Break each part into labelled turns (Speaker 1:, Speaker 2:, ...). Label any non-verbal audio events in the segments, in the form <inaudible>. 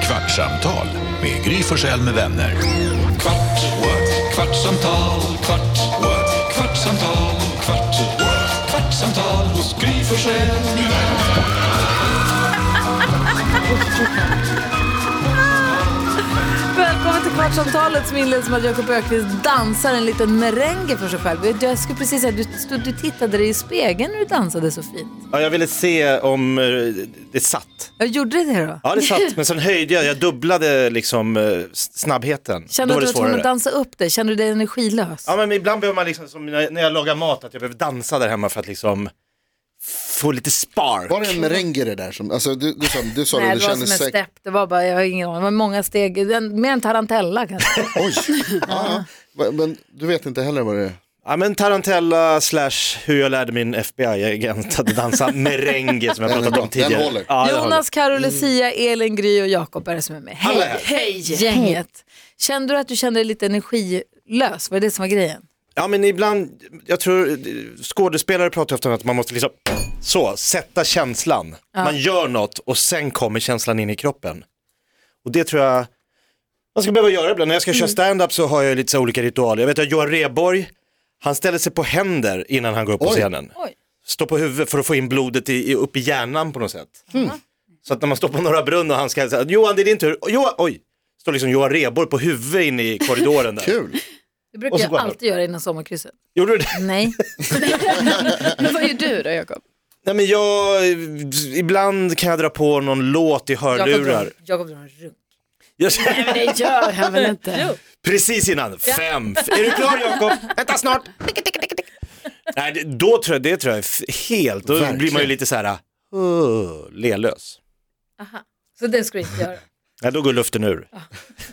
Speaker 1: Kvartsamtal med Gry Forssell med vänner. Kvart, what? kvartsamtal, kvart, what? kvartsamtal, kvart, what? kvartsamtal hos Gry Forssell med vänner.
Speaker 2: Välkommen till Kvartsamtalet som inleds med att Jakob Ökvist dansar en liten merengue för sig själv. Jag skulle precis säga, du, stod- du tittade dig i spegeln när du dansade så fint.
Speaker 3: Ja, jag ville se om eh, det satt.
Speaker 2: Jag gjorde det då.
Speaker 3: Ja, det satt, men sen höjde jag, jag dubblade liksom eh, s- snabbheten.
Speaker 2: Kände
Speaker 3: Då
Speaker 2: du
Speaker 3: var
Speaker 2: att du
Speaker 3: det
Speaker 2: var tvungen att
Speaker 3: svårare.
Speaker 2: dansa upp dig? Kände du dig energilös?
Speaker 3: Ja, men ibland behöver man liksom, som när när jag lagar mat, att jag behöver dansa där hemma för att liksom få lite spark.
Speaker 4: Var det en merengue det där? Som, alltså, du, du, sa- du sa
Speaker 2: Nej,
Speaker 4: det,
Speaker 2: det
Speaker 4: du
Speaker 2: var som en
Speaker 4: känner säkert.
Speaker 2: stepp. Det var bara, jag har ingen aning. Det var många steg. Den, mer en tarantella
Speaker 3: <laughs>
Speaker 2: kanske. <laughs>
Speaker 4: Oj, ja, ja. men du vet inte heller vad det är?
Speaker 3: Ja, men Tarantella slash hur jag lärde min FBI-agent att dansa merengue som jag
Speaker 4: Den är
Speaker 3: pratat
Speaker 4: bra.
Speaker 3: om tidigare.
Speaker 4: Den håller.
Speaker 3: Ja, den håller.
Speaker 2: Jonas, Karo, Lucia, Elin, Gry och Jakob är det som är med.
Speaker 3: Alla
Speaker 2: Hej,
Speaker 3: här.
Speaker 2: hej gänget. Kände du att du kände dig lite energilös? Var det det som var grejen?
Speaker 3: Ja men ibland, jag tror eh, skådespelare pratar ofta om att man måste liksom så, sätta känslan. Man gör något och sen kommer känslan in i kroppen. Och det tror jag man ska behöva göra ibland. När jag
Speaker 4: Mm.
Speaker 3: ska köra stand-up så har jag lite så här olika ritualer. Jag vet att Johan Rheborg, han ställer sig på händer innan han går upp på
Speaker 4: Oj.
Speaker 3: scenen.
Speaker 2: Oj.
Speaker 3: Står på huvudet för att få in blodet i, i, upp i hjärnan på något sätt.
Speaker 4: Mm.
Speaker 3: Mm. Så att när man står på Norra Brunn och han ska säga Johan det är din tur, Och Johan, oj, står liksom Johan Rheborg på huvudet inne i korridoren där.
Speaker 4: <laughs> Kul.
Speaker 2: Det
Speaker 3: Och
Speaker 2: brukar
Speaker 3: så
Speaker 2: jag
Speaker 3: går han upp.
Speaker 2: alltid göra innan sommarkrysset.
Speaker 3: Gjorde du det?
Speaker 2: <laughs> Nej.
Speaker 5: Men vad gör du då Jakob?
Speaker 3: Nej men jag, ibland kan jag dra på någon låt i
Speaker 2: Jakob drar-
Speaker 3: hörlurar.
Speaker 2: Jakob drar en runk.
Speaker 3: Jag,
Speaker 5: Det gör han
Speaker 2: <laughs>
Speaker 5: väl inte?
Speaker 3: precis innan, fem. F- Är du klar Jakob? Vänta snart. Tick, tick, tick, tick. Nej, det, då tror jag, det tror jag är f- helt, då
Speaker 4: Verkligen.
Speaker 3: blir man ju lite så här, uh, lelös.
Speaker 2: Så det ska du inte göra.
Speaker 3: Nej, då går luften ur.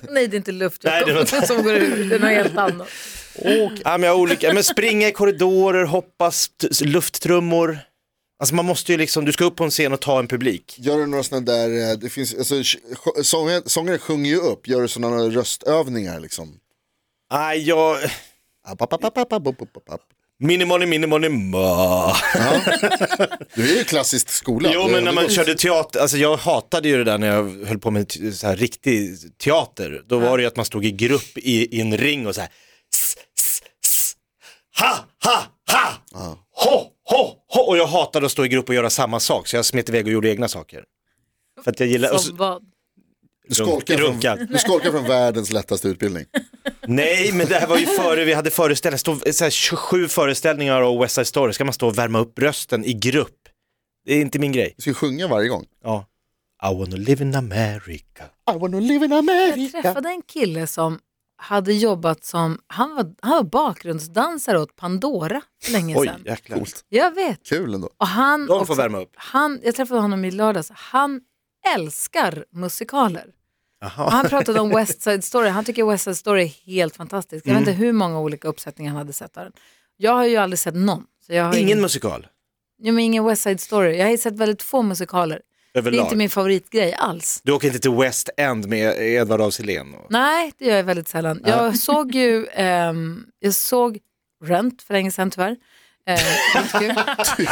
Speaker 2: Nej, det är inte luft
Speaker 3: Nej, det är
Speaker 2: Jakob,
Speaker 3: något-
Speaker 2: som går ur. Det är något helt annat.
Speaker 3: Ja, men jag har olika, men springa i korridorer, hoppa, st- lufttrummor. Alltså man måste ju liksom, du ska upp på en scen och ta en publik.
Speaker 4: Gör du några sådana där, eh, det finns, alltså, sj- sj- sångare, sångare sjunger ju upp, gör du sådana röstövningar liksom? Ah,
Speaker 3: Nej, jag,
Speaker 4: App, app, app, app, app, app, app, app.
Speaker 3: minimoni, minimoni, ma.
Speaker 4: Du är ju klassiskt skola. Eh,
Speaker 3: Jo men när man körde teater, alltså jag hatade ju det där när jag höll på med t- så här riktig teater. Då var det ju att man stod i grupp i, i en ring och så här. S, s, s, ha, ha, ha, ho, ho, ho. Och jag hatade att stå i grupp och göra samma sak så jag smet iväg och gjorde egna saker. För att jag gillar, och
Speaker 2: Som
Speaker 3: så,
Speaker 2: vad?
Speaker 4: du skolkar,
Speaker 3: Runka.
Speaker 4: från, du skolkar från världens lättaste utbildning.
Speaker 3: nej men det här var ju före vi hade föreställningar, stå, så här 27 föreställningar av West Side Story, ska man stå och värma upp rösten i grupp. Det är inte min grej.
Speaker 4: Du ska ju sjunga varje gång.
Speaker 3: Ja. I wanna live in America.
Speaker 4: I wanna live in
Speaker 2: Jag
Speaker 4: America.
Speaker 2: träffade en kille som hade jobbat som, han var, han var bakgrundsdansare åt Pandora för länge
Speaker 3: Oj,
Speaker 2: sedan.
Speaker 3: jäklar.
Speaker 2: Jag vet.
Speaker 4: Kul ändå. <laughs>
Speaker 2: Och han
Speaker 3: De får
Speaker 2: också-
Speaker 3: värma upp.
Speaker 2: Han, jag träffade honom i lördags. Han älskar musikaler. Och han pratade
Speaker 3: <laughs>
Speaker 2: om West Side Story. Han tycker West Side Story är helt fantastisk. Jag
Speaker 3: Mm.
Speaker 2: vet inte hur många olika uppsättningar han hade sett av den. Jag har ju aldrig sett någon. Så jag har
Speaker 3: Ingen musikal?
Speaker 2: Jo, men ingen West Side Story. Jag har ju sett väldigt få musikaler. Det är
Speaker 3: Överlag.
Speaker 2: inte min favoritgrej alls.
Speaker 3: Du åker inte till West End med Edvard af Sillén? och-
Speaker 2: Nej, det gör jag väldigt sällan. Jag såg ju, ehm, jag såg Rent för länge sedan tyvärr. Eh, inte kul.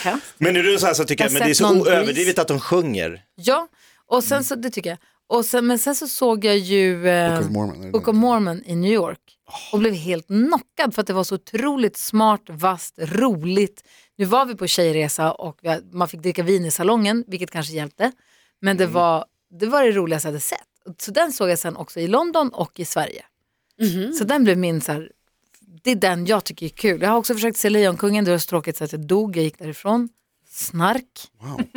Speaker 2: Hemskt.
Speaker 3: Men är du en sån här som tycker
Speaker 2: Jag
Speaker 3: att
Speaker 2: har
Speaker 3: men det är
Speaker 2: sett
Speaker 3: så
Speaker 2: någon
Speaker 3: o-
Speaker 2: gris.
Speaker 3: överdrivet att de sjunger?
Speaker 2: ja, och sen så, det tycker jag. Och sen, men sen så såg jag ju eh,
Speaker 4: Mm. Book of Mormon, är det
Speaker 2: Book of Mormon i New York och blev helt knockad för att det var så otroligt smart, vasst, roligt. Nu var vi på tjejresa och vi, hade- man fick dricka vin i salongen, vilket kanske hjälpte. Men
Speaker 4: Mm.
Speaker 2: det, var, det var det roligaste jag hade sett. Så den såg jag sen också i London och i Sverige.
Speaker 4: Mm-hmm.
Speaker 2: Så den blev min, så här, det är den jag tycker är kul. Jag har också försökt se Lejonkungen, det var så tråkigt så att jag dog, jag gick därifrån. Snark.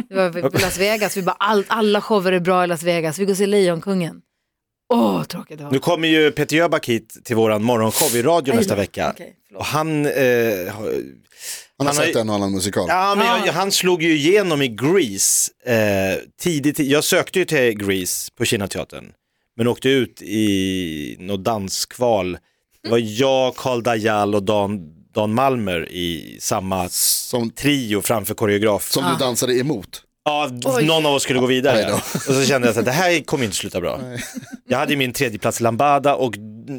Speaker 2: Det var i Las Vegas, vi bara all, alla shower är bra i Las Vegas, vi går och ser Lejonkungen. Åh, tråkigt det var.
Speaker 3: Nu kommer ju Peter Jöback hit till våran morgonshow i radio
Speaker 2: Aj,
Speaker 3: nästa
Speaker 2: nej.
Speaker 3: vecka.
Speaker 2: Okej, förlåt.
Speaker 3: och han, eh, har-
Speaker 4: Han har
Speaker 3: Han har
Speaker 4: sett
Speaker 3: ju-
Speaker 4: en och annan musikal.
Speaker 3: Alltså, ja, men
Speaker 2: Ah.
Speaker 3: jag, han slog ju igenom i Grease eh, tidigt. Jag sökte ju till Grease på Kinateatern, men åkte ut i något danskval. Det var jag, Karl Dajal och Dan, Dan Malmer i samma
Speaker 4: Som,
Speaker 3: trio framför koreograf.
Speaker 4: som du dansade emot.
Speaker 3: Ja, d- någon av oss skulle gå vidare.
Speaker 4: då.
Speaker 3: Och så kände jag att det här kommer ju inte sluta bra. Jag hade ju min tredjeplats i Lambada och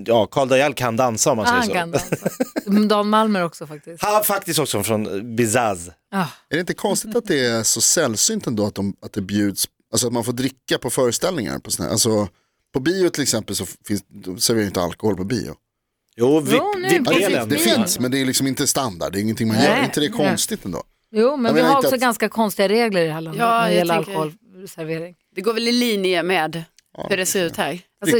Speaker 3: ja, Karl Dajal kan dansa om man
Speaker 2: Ah,
Speaker 3: säger
Speaker 2: han
Speaker 3: så.
Speaker 2: kan dansa. alltså. Mm, Dan Malmer också faktiskt.
Speaker 3: Han var faktiskt också från Bizaz.
Speaker 2: Ah,
Speaker 4: Är det inte konstigt att det är så sällsynt ändå att, de, att det bjuds Alltså att man får dricka på föreställningar. På, såna här. Alltså, på bio till exempel så finns, de serverar ju inte alkohol på bio.
Speaker 3: Jo, VIP,
Speaker 2: Jo, nu
Speaker 4: Ja, det,
Speaker 2: Delen.
Speaker 4: finns,
Speaker 3: VIP-delen.
Speaker 4: det finns, men det är liksom inte standard. Det är ingenting man
Speaker 2: Nej.
Speaker 4: gör. inte det är
Speaker 2: Nej.
Speaker 4: konstigt ändå?
Speaker 2: Jo, men
Speaker 4: Jag
Speaker 2: vi
Speaker 4: menar
Speaker 2: har
Speaker 4: inte
Speaker 2: också
Speaker 4: att-
Speaker 2: ganska konstiga regler i det här landet
Speaker 5: Ja,
Speaker 2: när det
Speaker 5: jag
Speaker 2: gäller
Speaker 5: tänker-
Speaker 2: alkoholservering.
Speaker 5: Det går väl i linje med
Speaker 4: Ja,
Speaker 5: hur det ser ut här.
Speaker 2: Alltså,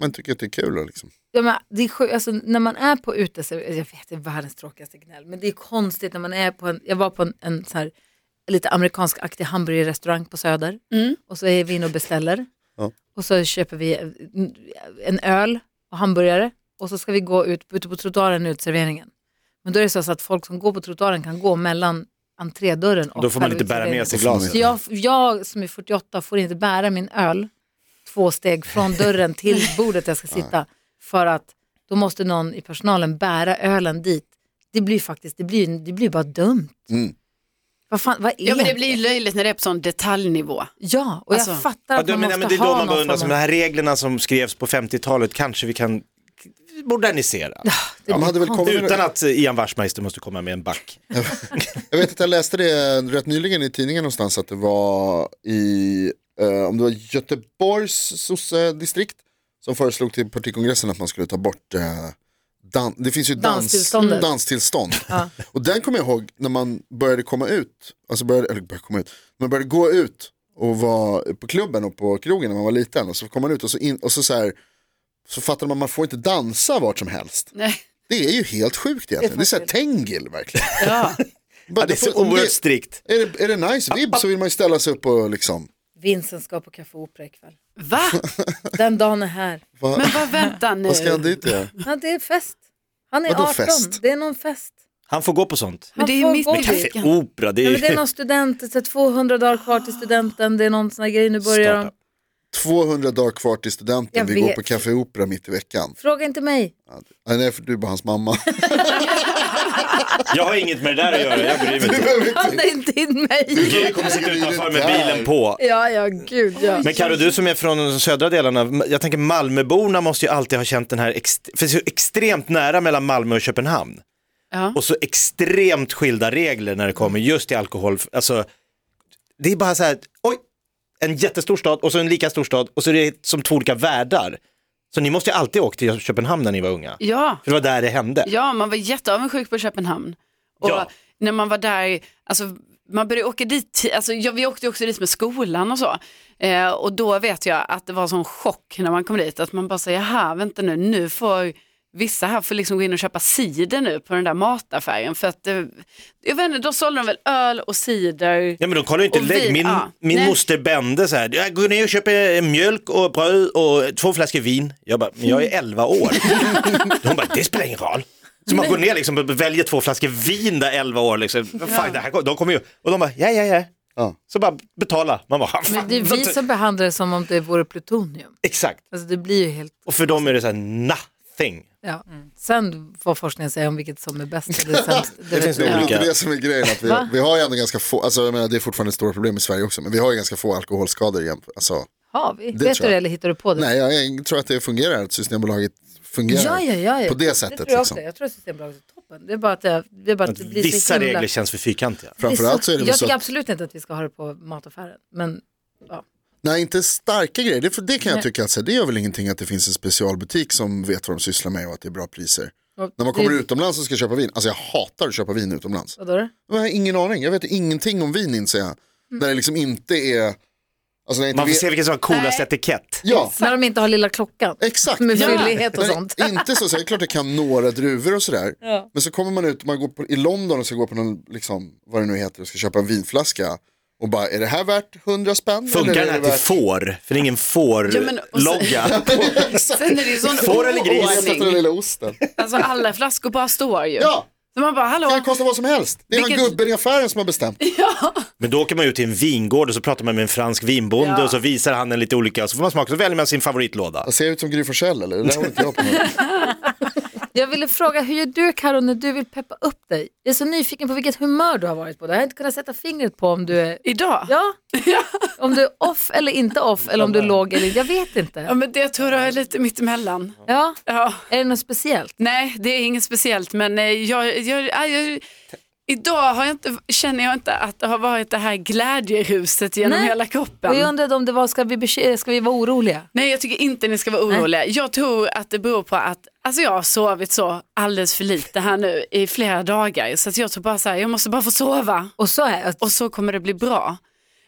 Speaker 4: Man tycker att det är kul. och Liksom.
Speaker 2: Ja, men det är sjuk, alltså, när man är på uteservering, jag vet det är världens tråkigaste gnäll, men det är konstigt när man är på en, jag var på en, en så här, lite amerikansk-aktig hamburgerrestaurang på Söder
Speaker 5: Mm.
Speaker 2: och så är vi inne och beställer
Speaker 4: Ja.
Speaker 2: och så köper vi en- en öl och hamburgare och så ska vi gå ut ute på trottoaren i uteserveringen. Men då är det så att folk som går på trottoaren kan gå mellan entrédörren och
Speaker 3: Då får man
Speaker 2: själva
Speaker 3: inte bära
Speaker 2: uteserveringen.
Speaker 3: med sig
Speaker 4: Då får man
Speaker 3: glaset.
Speaker 2: Så jag, jag som är 48 får inte bära min öl två steg från dörren
Speaker 3: <laughs>
Speaker 2: till bordet där jag ska sitta. För att då måste någon i personalen bära ölen dit. Det blir faktiskt, det blir, det blir bara dumt.
Speaker 4: Mm.
Speaker 2: Vad fan, vad är
Speaker 5: Ja, men det blir ju löjligt när det är på sån detaljnivå.
Speaker 2: Ja, och
Speaker 5: Alltså.
Speaker 2: jag fattar
Speaker 3: Ja,
Speaker 2: att
Speaker 3: du,
Speaker 2: man
Speaker 3: men,
Speaker 2: måste
Speaker 3: men det är då
Speaker 2: ha
Speaker 3: man
Speaker 2: någon
Speaker 3: börjar undra,
Speaker 2: form
Speaker 3: de
Speaker 2: av-
Speaker 3: här reglerna som skrevs på 50-talet kanske vi kan modernisera.
Speaker 2: det
Speaker 4: Man
Speaker 2: blir
Speaker 4: hade väl
Speaker 2: konstigt.
Speaker 4: kommit-
Speaker 3: Utan att eh, Ian Wachtmeister måste komma med en back.
Speaker 4: <laughs> Jag vet att jag läste det rätt nyligen i tidningen någonstans att det var i, eh, om det var Göteborgs sossedistrikt som föreslog till partikongressen att man skulle ta bort eh, dan- det finns ju dans-
Speaker 2: Danstillståndet.
Speaker 4: danstillstånd. Och den kommer jag ihåg när man började komma ut, alltså började, eller började komma ut, man började gå ut och vara på klubben och på krogen när man var liten och så kom man ut och så, in, och så, så, här, så fattade man att man får inte dansa vart som helst.
Speaker 5: Nej.
Speaker 4: Det är ju helt sjukt egentligen, det är så här Tengil verkligen.
Speaker 5: Ja.
Speaker 4: <laughs> Bara,
Speaker 3: Det är så oerhört strikt.
Speaker 4: är det, är det nice vibb så vill man ju ställa sig upp och liksom.
Speaker 2: Vincent ska på Café Opera ikväll.
Speaker 5: Va?
Speaker 2: Den dagen är här.
Speaker 4: Va,
Speaker 5: Men vad vänta
Speaker 4: <laughs>
Speaker 5: nu.
Speaker 4: vad ska han dit göra?
Speaker 2: Ja, det är fest. Han är
Speaker 4: Vadå
Speaker 2: 18,
Speaker 4: fest?
Speaker 2: det är någon fest.
Speaker 3: Han får gå på sånt.
Speaker 5: Men det är ju
Speaker 2: Han får
Speaker 5: mitt
Speaker 2: gå
Speaker 5: i
Speaker 2: dit.
Speaker 3: Café Opera, det
Speaker 2: Ja, men det
Speaker 3: är
Speaker 2: är
Speaker 3: ju...
Speaker 2: någon student, så 200 dagar kvar till studenten, det är någon sån här grej, nu börjar de.
Speaker 3: Startup.
Speaker 4: 200 dagar kvar till studenten,
Speaker 2: Jag
Speaker 4: vi går
Speaker 2: vet.
Speaker 4: på Café Opera mitt i veckan.
Speaker 2: Fråga inte mig.
Speaker 4: Nej, nej för du är bara hans mamma.
Speaker 3: Jag har inget med det där att göra, jag bryr mig inte.
Speaker 2: Blanda inte in mig.
Speaker 3: Du kommer sitta utanför med bilen på.
Speaker 2: Ja, ja, gud ja.
Speaker 3: Men Karo, du som är från de södra delarna, jag tänker Malmöborna måste ju alltid ha känt den här, ext- för det är så extremt nära mellan Malmö och Köpenhamn.
Speaker 5: Ja.
Speaker 3: Och så extremt skilda regler när det kommer just till alkohol. Alltså, det är bara så här, oj, en jättestor stad och så en lika stor stad och så är det som två olika världar. Så ni måste ju alltid ha åkt till Köpenhamn när ni var unga.
Speaker 5: Ja.
Speaker 3: För det var där det hände.
Speaker 5: ja, man var jätteavundsjuk på Köpenhamn. Och
Speaker 3: Ja.
Speaker 5: när man var där, alltså, man började åka dit, alltså, ja, vi åkte ju också dit med skolan och så. Eh, och då vet jag att det var sån chock när man kom dit, att man bara säger, jaha, vänta nu, nu får vissa här får liksom gå in och köpa cider nu på den där mataffären. För att, eh, jag vet inte, då sålde de väl öl och cider.
Speaker 3: Ja men de kollar ju inte
Speaker 5: Och
Speaker 3: lägg.
Speaker 5: vin,
Speaker 3: Min,
Speaker 5: ja.
Speaker 3: min
Speaker 5: Nej.
Speaker 3: moster Bende så här, jag går ner och köper mjölk och bröd och två flaskor vin. Jag bara, men jag är
Speaker 2: <laughs>
Speaker 3: 11 år. Hon bara, det spelar ingen roll. Så man går ner liksom och väljer två flaskor vin där 11 år liksom. Vad Fan, det här, kom- de kommer ju, och de bara, ja ja ja.
Speaker 4: Ja.
Speaker 3: Så bara betala. Man bara, fan,
Speaker 2: Men det är
Speaker 3: vad
Speaker 2: vi
Speaker 3: tu-
Speaker 2: som behandlar det som om det vore plutonium.
Speaker 3: Exakt.
Speaker 2: Alltså det blir ju helt...
Speaker 3: Och för dem är det så här, nothing.
Speaker 2: Ja.
Speaker 4: Mm.
Speaker 2: Sen får forskningen säga om vilket som är bäst och det är sämst.
Speaker 4: <laughs> <laughs> Det
Speaker 2: vet
Speaker 4: finns
Speaker 2: vi.
Speaker 4: nog
Speaker 3: olika.
Speaker 4: inte det som är grejen. Att vi,
Speaker 2: Va?
Speaker 4: vi har ju ändå ganska få, alltså, jag menar, det är fortfarande stora problem i Sverige också, men vi har ju ganska få alkoholskador. jämf- Alltså,
Speaker 2: Har vi?
Speaker 4: Det
Speaker 2: vet
Speaker 4: tror
Speaker 2: du det
Speaker 4: jag.
Speaker 2: eller hittar du på det?
Speaker 4: nej, jag, jag tror att det fungerar, att Systembolaget fungerar.
Speaker 2: ja, ja, ja, ja.
Speaker 4: På det
Speaker 2: Det
Speaker 4: sättet.
Speaker 2: tror jag också.
Speaker 4: liksom.
Speaker 2: Jag tror att Systembolaget är toppen. Det är bara att det, det, är bara att det blir så
Speaker 3: Vissa
Speaker 2: himla...
Speaker 3: regler känns för fyrkantiga.
Speaker 4: Framförallt så är det väl
Speaker 2: jag
Speaker 4: så
Speaker 2: tycker
Speaker 4: att,
Speaker 2: absolut inte att vi ska ha det på mataffären. Men
Speaker 4: nej inte starka grejer, det, för det kan jag tycka att så här, det gör väl ingenting att det finns en specialbutik som vet vad de sysslar med och att det är bra priser. När man kommer
Speaker 2: det,
Speaker 4: utomlands och ska köpa vin, alltså jag hatar att köpa vin utomlands.
Speaker 2: Vadå då?
Speaker 4: Jag har ingen aning, jag vet ingenting om vin inser
Speaker 2: Mm.
Speaker 4: jag. När det liksom inte är... Alltså när jag inte
Speaker 3: Man får
Speaker 4: vet...
Speaker 3: se vilken som har coolast etikett.
Speaker 4: Ja,
Speaker 2: När de inte har lilla klockan.
Speaker 4: exakt.
Speaker 2: Med
Speaker 4: Ja.
Speaker 2: fyllighet och
Speaker 4: När det
Speaker 2: sånt.
Speaker 4: Inte så, så är det klart jag kan några druvor och sådär. Men så kommer man ut, man går på, i London och ska gå på någon, liksom, vad det nu heter, och ska köpa en vinflaska. Och bara, är det här värt 100 spänn?
Speaker 3: Funkar
Speaker 4: eller är
Speaker 3: den här
Speaker 4: det
Speaker 3: till
Speaker 4: <laughs> värt...
Speaker 3: får? För det är ingen
Speaker 5: Ja, men- och
Speaker 2: <laughs>
Speaker 5: så-
Speaker 3: får-logga.
Speaker 5: Sen är det ju
Speaker 3: <laughs>
Speaker 5: sån
Speaker 3: Får eller gris?
Speaker 4: Jag sätter den
Speaker 5: oordning.
Speaker 4: lilla osten.
Speaker 5: Alltså alla flaskor bara står ju.
Speaker 4: Ja,
Speaker 5: Så man bara, hallå,
Speaker 4: det kan kosta vad som helst. Det är han
Speaker 5: Vilket-
Speaker 4: gubben i affären som har bestämt.
Speaker 3: Men då åker man ut till en vingård och så pratar man med en fransk vinbonde
Speaker 5: Ja.
Speaker 3: och så visar han en lite olika och så får man smaka och så väljer man sin favoritlåda.
Speaker 4: Jag ser ut som Gry Forssell eller? Det där håller inte jag på med.
Speaker 2: Jag ville fråga, hur gör du Karo när du vill peppa upp dig? Jag är så nyfiken på vilket humör du har varit på. Det har jag inte kunnat sätta fingret på om du är,
Speaker 5: idag?
Speaker 2: ja, om du är off eller inte off eller om du är låg eller inte. Jag vet
Speaker 5: Ja,
Speaker 2: inte.
Speaker 5: men det tror jag är lite mittemellan.
Speaker 2: Ja,
Speaker 5: Ja.
Speaker 2: är det något speciellt?
Speaker 5: Nej, det är inget speciellt, men eh, ah, jag, jag, jag, jag, Idag har jag inte, känner jag inte att det har varit det här glädjeruset genom
Speaker 2: Nej.
Speaker 5: hela kroppen.
Speaker 2: Och jag undrade om det var, ska vi, bekymra- ska vi vara oroliga?
Speaker 5: Nej, jag tycker inte ni ska vara oroliga. Jag tror att det beror på att alltså jag har sovit så alldeles för lite här nu i flera dagar. Så att jag tror bara så här, jag måste bara få sova
Speaker 2: Och så är
Speaker 5: och så kommer det bli bra.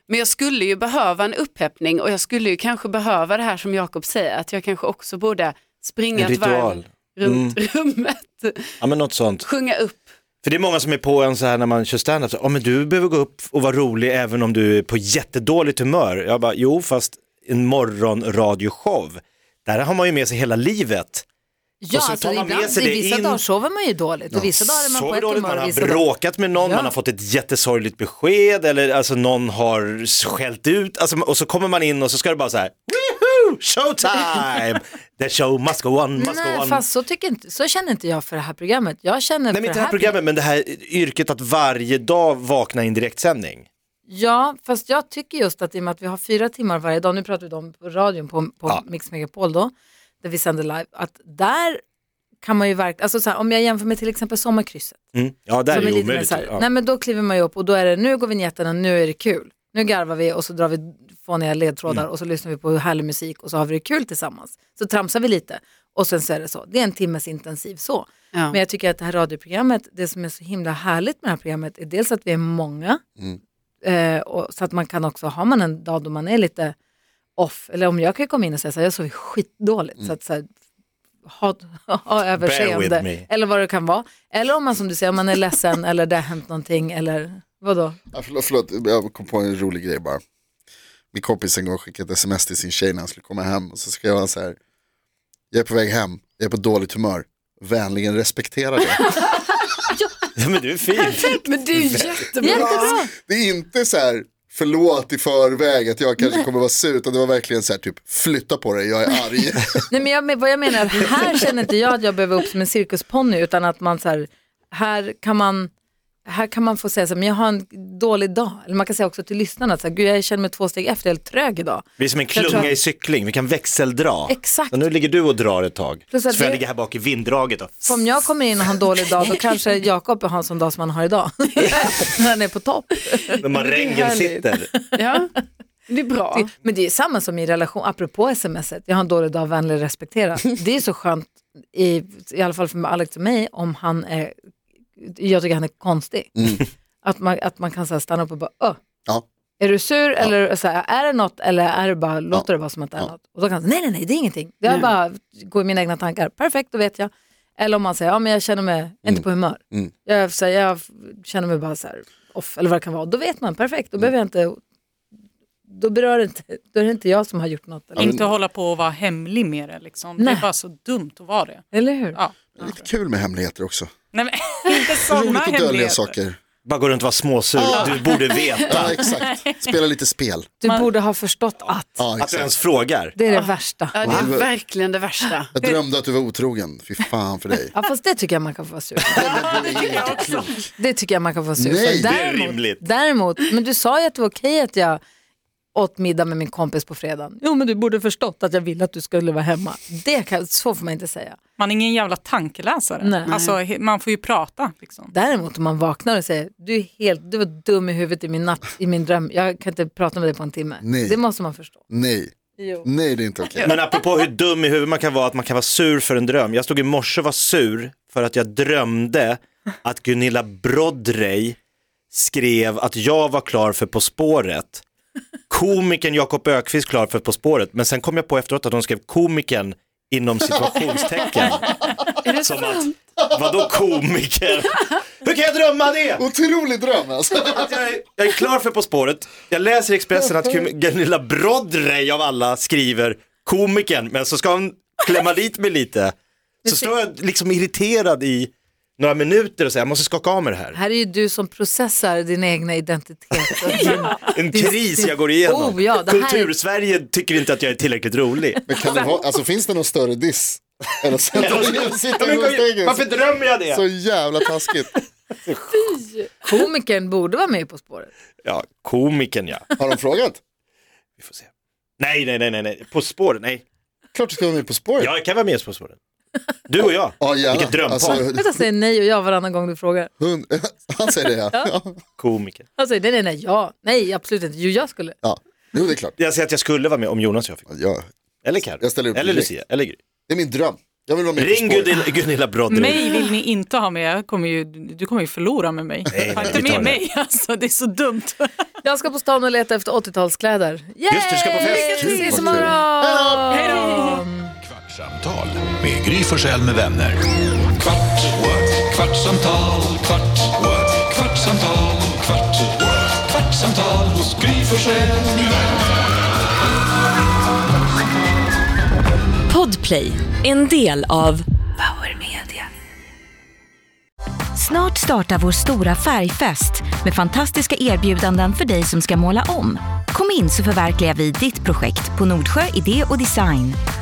Speaker 5: Men jag skulle ju behöva en upphäppning och jag skulle ju kanske behöva det här som Jakob säger, att jag kanske också borde springa
Speaker 3: En
Speaker 5: ett varv
Speaker 3: ritual. Mm.
Speaker 5: runt rummet, <laughs>
Speaker 3: Ja men något sånt.
Speaker 5: sjunga upp.
Speaker 3: För det är många som är på en så här när man kör standup, ja men du behöver gå upp och vara rolig även om du är på jättedåligt humör. Jag bara, jo fast en morgonradioshow, där har man ju med sig hela livet.
Speaker 2: Ja,
Speaker 3: Och så
Speaker 2: alltså,
Speaker 3: tar man med
Speaker 2: ibland,
Speaker 3: sig
Speaker 2: i
Speaker 3: det
Speaker 2: vissa
Speaker 3: in.
Speaker 2: dagar sover man ju dåligt och vissa dagar är man
Speaker 3: Så
Speaker 2: på ett
Speaker 3: dåligt,
Speaker 2: humör.
Speaker 3: man
Speaker 2: och
Speaker 3: har
Speaker 2: vissa dagar-
Speaker 3: bråkat med någon,
Speaker 2: Ja.
Speaker 3: man har fått ett jättesorgligt besked eller alltså någon har skällt ut alltså, och så kommer man in och så ska det bara så här, Woohoo!
Speaker 2: <laughs>
Speaker 3: showtime! The show must go on, must go
Speaker 2: Nej,
Speaker 3: on.
Speaker 2: fast så, tycker inte, så känner inte jag för det här programmet. Jag känner
Speaker 3: Nej,
Speaker 2: för
Speaker 3: men inte det här programmet, men det här yrket att varje dag vakna i en direktsändning.
Speaker 2: Ja, fast jag tycker just att i och med att vi har fyra timmar varje dag, nu pratar vi om på radion på, på Mix Megapol då, där vi sänder live, att där kan man ju verkligen, alltså så här, om jag jämför med till exempel Sommarkrysset,
Speaker 3: Mm. Ja, det här är
Speaker 2: som är
Speaker 3: ju
Speaker 2: lite mer
Speaker 3: omöjligt.
Speaker 2: så här,
Speaker 3: Ja.
Speaker 2: nej men då kliver man ju upp och då är det, nu går vinjetten och nu är det kul. Nu garvar vi och så drar vi fåniga ledtrådar
Speaker 3: Mm.
Speaker 2: och så lyssnar vi på härlig musik och så har vi det kul tillsammans. Så tramsar vi lite och sen så är det så. Det är en timmes intensiv så.
Speaker 5: Ja.
Speaker 2: Men jag tycker att det här radioprogrammet, det som är så himla härligt med det här programmet är dels att vi är många,
Speaker 3: Mm.
Speaker 2: eh, och, så att man kan också, har man en dag då man är lite off, eller om jag kan ju komma in och säga så här, jag sover skitdåligt, så att så här, ha, ha
Speaker 3: Mm. with
Speaker 2: överseende,
Speaker 3: me.
Speaker 2: eller vad det kan vara. Eller om man som du säger, om man är
Speaker 3: <laughs>
Speaker 2: ledsen eller det har hänt någonting, eller vadå?
Speaker 4: Ja, förlåt, förlåt, jag kom på en rolig grej bara. Min kompis en gång skickade ett sms till sin tjej när han skulle komma hem och så skrev han så här. Jag är på väg hem, jag är på dåligt humör, vänligen respektera det.
Speaker 3: Ja, <laughs> men du
Speaker 2: <laughs>
Speaker 3: är fin.
Speaker 5: Men det är ju jättebra.
Speaker 2: Jättebra!
Speaker 4: det är inte så här förlåt i förväg att jag kanske kommer vara sur utan det var verkligen så här typ flytta på dig, jag är arg.
Speaker 2: Nej, men jag, men- vad jag menar är att här känner inte jag att jag behöver upp som en cirkusponny utan att man så här, här kan man här kan man få säga så här, men jag har en dålig dag. Eller man kan säga också till lyssnarna, att så här, gud jag känner mig två steg efter, jag är helt trög idag.
Speaker 3: Vi är som en
Speaker 2: Jag tror
Speaker 3: klunga i cykling, vi kan växeldra.
Speaker 2: Exakt.
Speaker 3: Så nu ligger du och drar ett tag.
Speaker 2: Plus
Speaker 3: så
Speaker 2: att
Speaker 3: får jag
Speaker 2: det-
Speaker 3: ligga här bak i
Speaker 2: <laughs>
Speaker 3: vinddraget då.
Speaker 2: För om jag kommer in och har en dålig
Speaker 3: <laughs>
Speaker 2: dag, då kanske Jakob har en sån dag som han har idag. <laughs> När han är på topp.
Speaker 3: När man rängen
Speaker 5: härligt.
Speaker 3: sitter.
Speaker 5: Ja. Det är bra.
Speaker 2: Men det är ju samma som i relation, apropå smset, jag har en dålig dag, vänlig respektera. Det är så skönt, i, i alla fall för Alex och mig, om han är, jag tycker han är konstig. Att, man, att man kan så här stanna upp och bara, "Ö,
Speaker 4: Ja.
Speaker 2: är du sur eller så här, är det något eller är det bara, låter det vara som att det är något? Och då kan han säga, nej nej nej det är ingenting, det är bara gå i mina egna tankar, perfekt då vet jag. Eller om man säger, ja men jag känner mig inte på humör, jag, så här, jag känner mig bara så här off eller vad det kan vara, då vet man, perfekt, då behöver jag inte då berör det inte, då är det inte jag som har gjort något. Eller,
Speaker 6: Inte hålla på och vara hemlig med det liksom. Det
Speaker 2: Nej.
Speaker 6: är bara så dumt att vara det.
Speaker 2: eller hur?
Speaker 6: Ja.
Speaker 4: Lite kul med hemligheter också.
Speaker 6: Nej men <laughs> inte sådana
Speaker 4: Roligt att dölja
Speaker 6: hemligheter.
Speaker 4: saker.
Speaker 3: Bara gå runt och vara småsur, du borde veta.
Speaker 4: Ja, exakt. Spela lite spel.
Speaker 2: Du borde ha förstått att.
Speaker 4: Ja,
Speaker 3: Att du
Speaker 4: exakt.
Speaker 3: ens frågar.
Speaker 2: Det är det värsta.
Speaker 5: Ja, det
Speaker 4: Wow.
Speaker 5: är verkligen det värsta.
Speaker 4: Jag drömde att du var otrogen, fy fan för dig.
Speaker 2: Ja, fast det tycker jag man kan få vara sur för.
Speaker 4: Du är inte klok.
Speaker 2: Det tycker jag man kan få vara sur
Speaker 4: Nej,
Speaker 2: för.
Speaker 4: det
Speaker 3: är rimligt.
Speaker 2: däremot, men du sa ju att det var okej att jag åt middag med min kompis på fredagen. Jo, men du borde förstått att jag ville att du skulle vara hemma. Det kan, så får man inte säga.
Speaker 6: Man är ingen jävla tankeläsare.
Speaker 2: Nej.
Speaker 6: Alltså, he- man får ju prata. Liksom.
Speaker 2: Däremot om man vaknar och säger, du, är helt, du var dum i huvudet i min, natt, i min dröm, jag kan inte prata med dig på en timme.
Speaker 4: Nej.
Speaker 2: Det måste man förstå.
Speaker 4: Nej, nej det är inte okej.
Speaker 3: Men apropå hur dum i huvudet man kan vara, att man kan vara sur för en dröm. Jag stod i morse och var sur för att jag drömde att Gunilla Brodrej skrev att jag var klar för På spåret. Komikern Jakob Ökvist klar för På spåret, men sen kom jag på efteråt att hon skrev komikern inom situationstecken. Som att, vadå komiker? Hur kan jag drömma det?
Speaker 4: Otrolig dröm alltså.
Speaker 3: att jag, är, jag är klar för På spåret. Jag läser i Expressen att Kum- Gunilla Brodrej av alla skriver komikern, men så ska hon klämma dit mig lite. Så står jag liksom irriterad i några minuter och säger jag måste skaka av mig det här.
Speaker 2: Här är ju du som processar din egna <laughs> identitet.
Speaker 3: En kris jag går igenom.
Speaker 2: Oh, ja, det här är-
Speaker 3: Kultursverige tycker inte att jag är tillräckligt rolig.
Speaker 2: <laughs>
Speaker 4: Men kan det vara, alltså finns det någon större diss? Än att sätta sig och
Speaker 3: Ja,
Speaker 4: sitta i
Speaker 3: men
Speaker 4: rullstegen?
Speaker 3: Varför drömmer jag
Speaker 4: Så
Speaker 3: det?
Speaker 4: jävla taskigt.
Speaker 2: Komikern borde vara med På spåret.
Speaker 3: Ja, komikern ja.
Speaker 4: Har de frågat?
Speaker 3: Vi får se. Nej, nej, nej, nej, nej. På spåret, nej.
Speaker 4: Klart du ska vara med På spåret.
Speaker 3: Jag kan vara med På spåret. Du
Speaker 2: <laughs>
Speaker 3: och jag,
Speaker 4: Ja, gärna.
Speaker 3: vilket drömpar.
Speaker 4: Alltså,
Speaker 2: Vänta, säger nej och ja varannan gång du frågar.
Speaker 4: hund... <laughs> Han säger det ja. ja.
Speaker 3: komiker.
Speaker 2: Han säger nej, nej, nej, ja, nej, absolut inte, jo, jag skulle.
Speaker 4: ja. Jo, det är klart.
Speaker 3: Jag säger att jag skulle vara med om Jonas och jag fick.
Speaker 4: Ja.
Speaker 3: Eller Carro,
Speaker 4: Jag ställer upp
Speaker 3: eller
Speaker 4: direkt.
Speaker 3: Lucia, eller Gry.
Speaker 4: Det är min dröm. Jag vill vara med
Speaker 3: Ring
Speaker 4: På spåret.
Speaker 3: Gunilla, Gunilla Brodder.
Speaker 6: Mig vill ni inte ha med, jag kommer ju, du kommer ju förlora med mig.
Speaker 3: Nej,
Speaker 6: Ta
Speaker 3: nej,
Speaker 6: inte
Speaker 3: vi tar
Speaker 6: med
Speaker 3: det.
Speaker 6: mig <laughs> alltså, det är så dumt.
Speaker 2: Jag ska på stan och leta efter 80-talskläder. Yay!
Speaker 3: Just det, du ska på fest.
Speaker 2: Vi
Speaker 4: Kul,
Speaker 2: ses
Speaker 4: vad
Speaker 2: imorgon!
Speaker 6: Hej då!
Speaker 1: Kvartsamtal med Gry Forssell med vänner. Kvart, what? kvartsamtal, kvart, what? kvartsamtal, kvart, what? kvartsamtal hos Gry Forssell med vänner.
Speaker 7: Podplay, en del av Power Media.
Speaker 8: Snart startar vår stora färgfest med fantastiska erbjudanden för dig som ska måla om. Kom in så förverkligar vi ditt projekt på Nordsjö Idé och Design.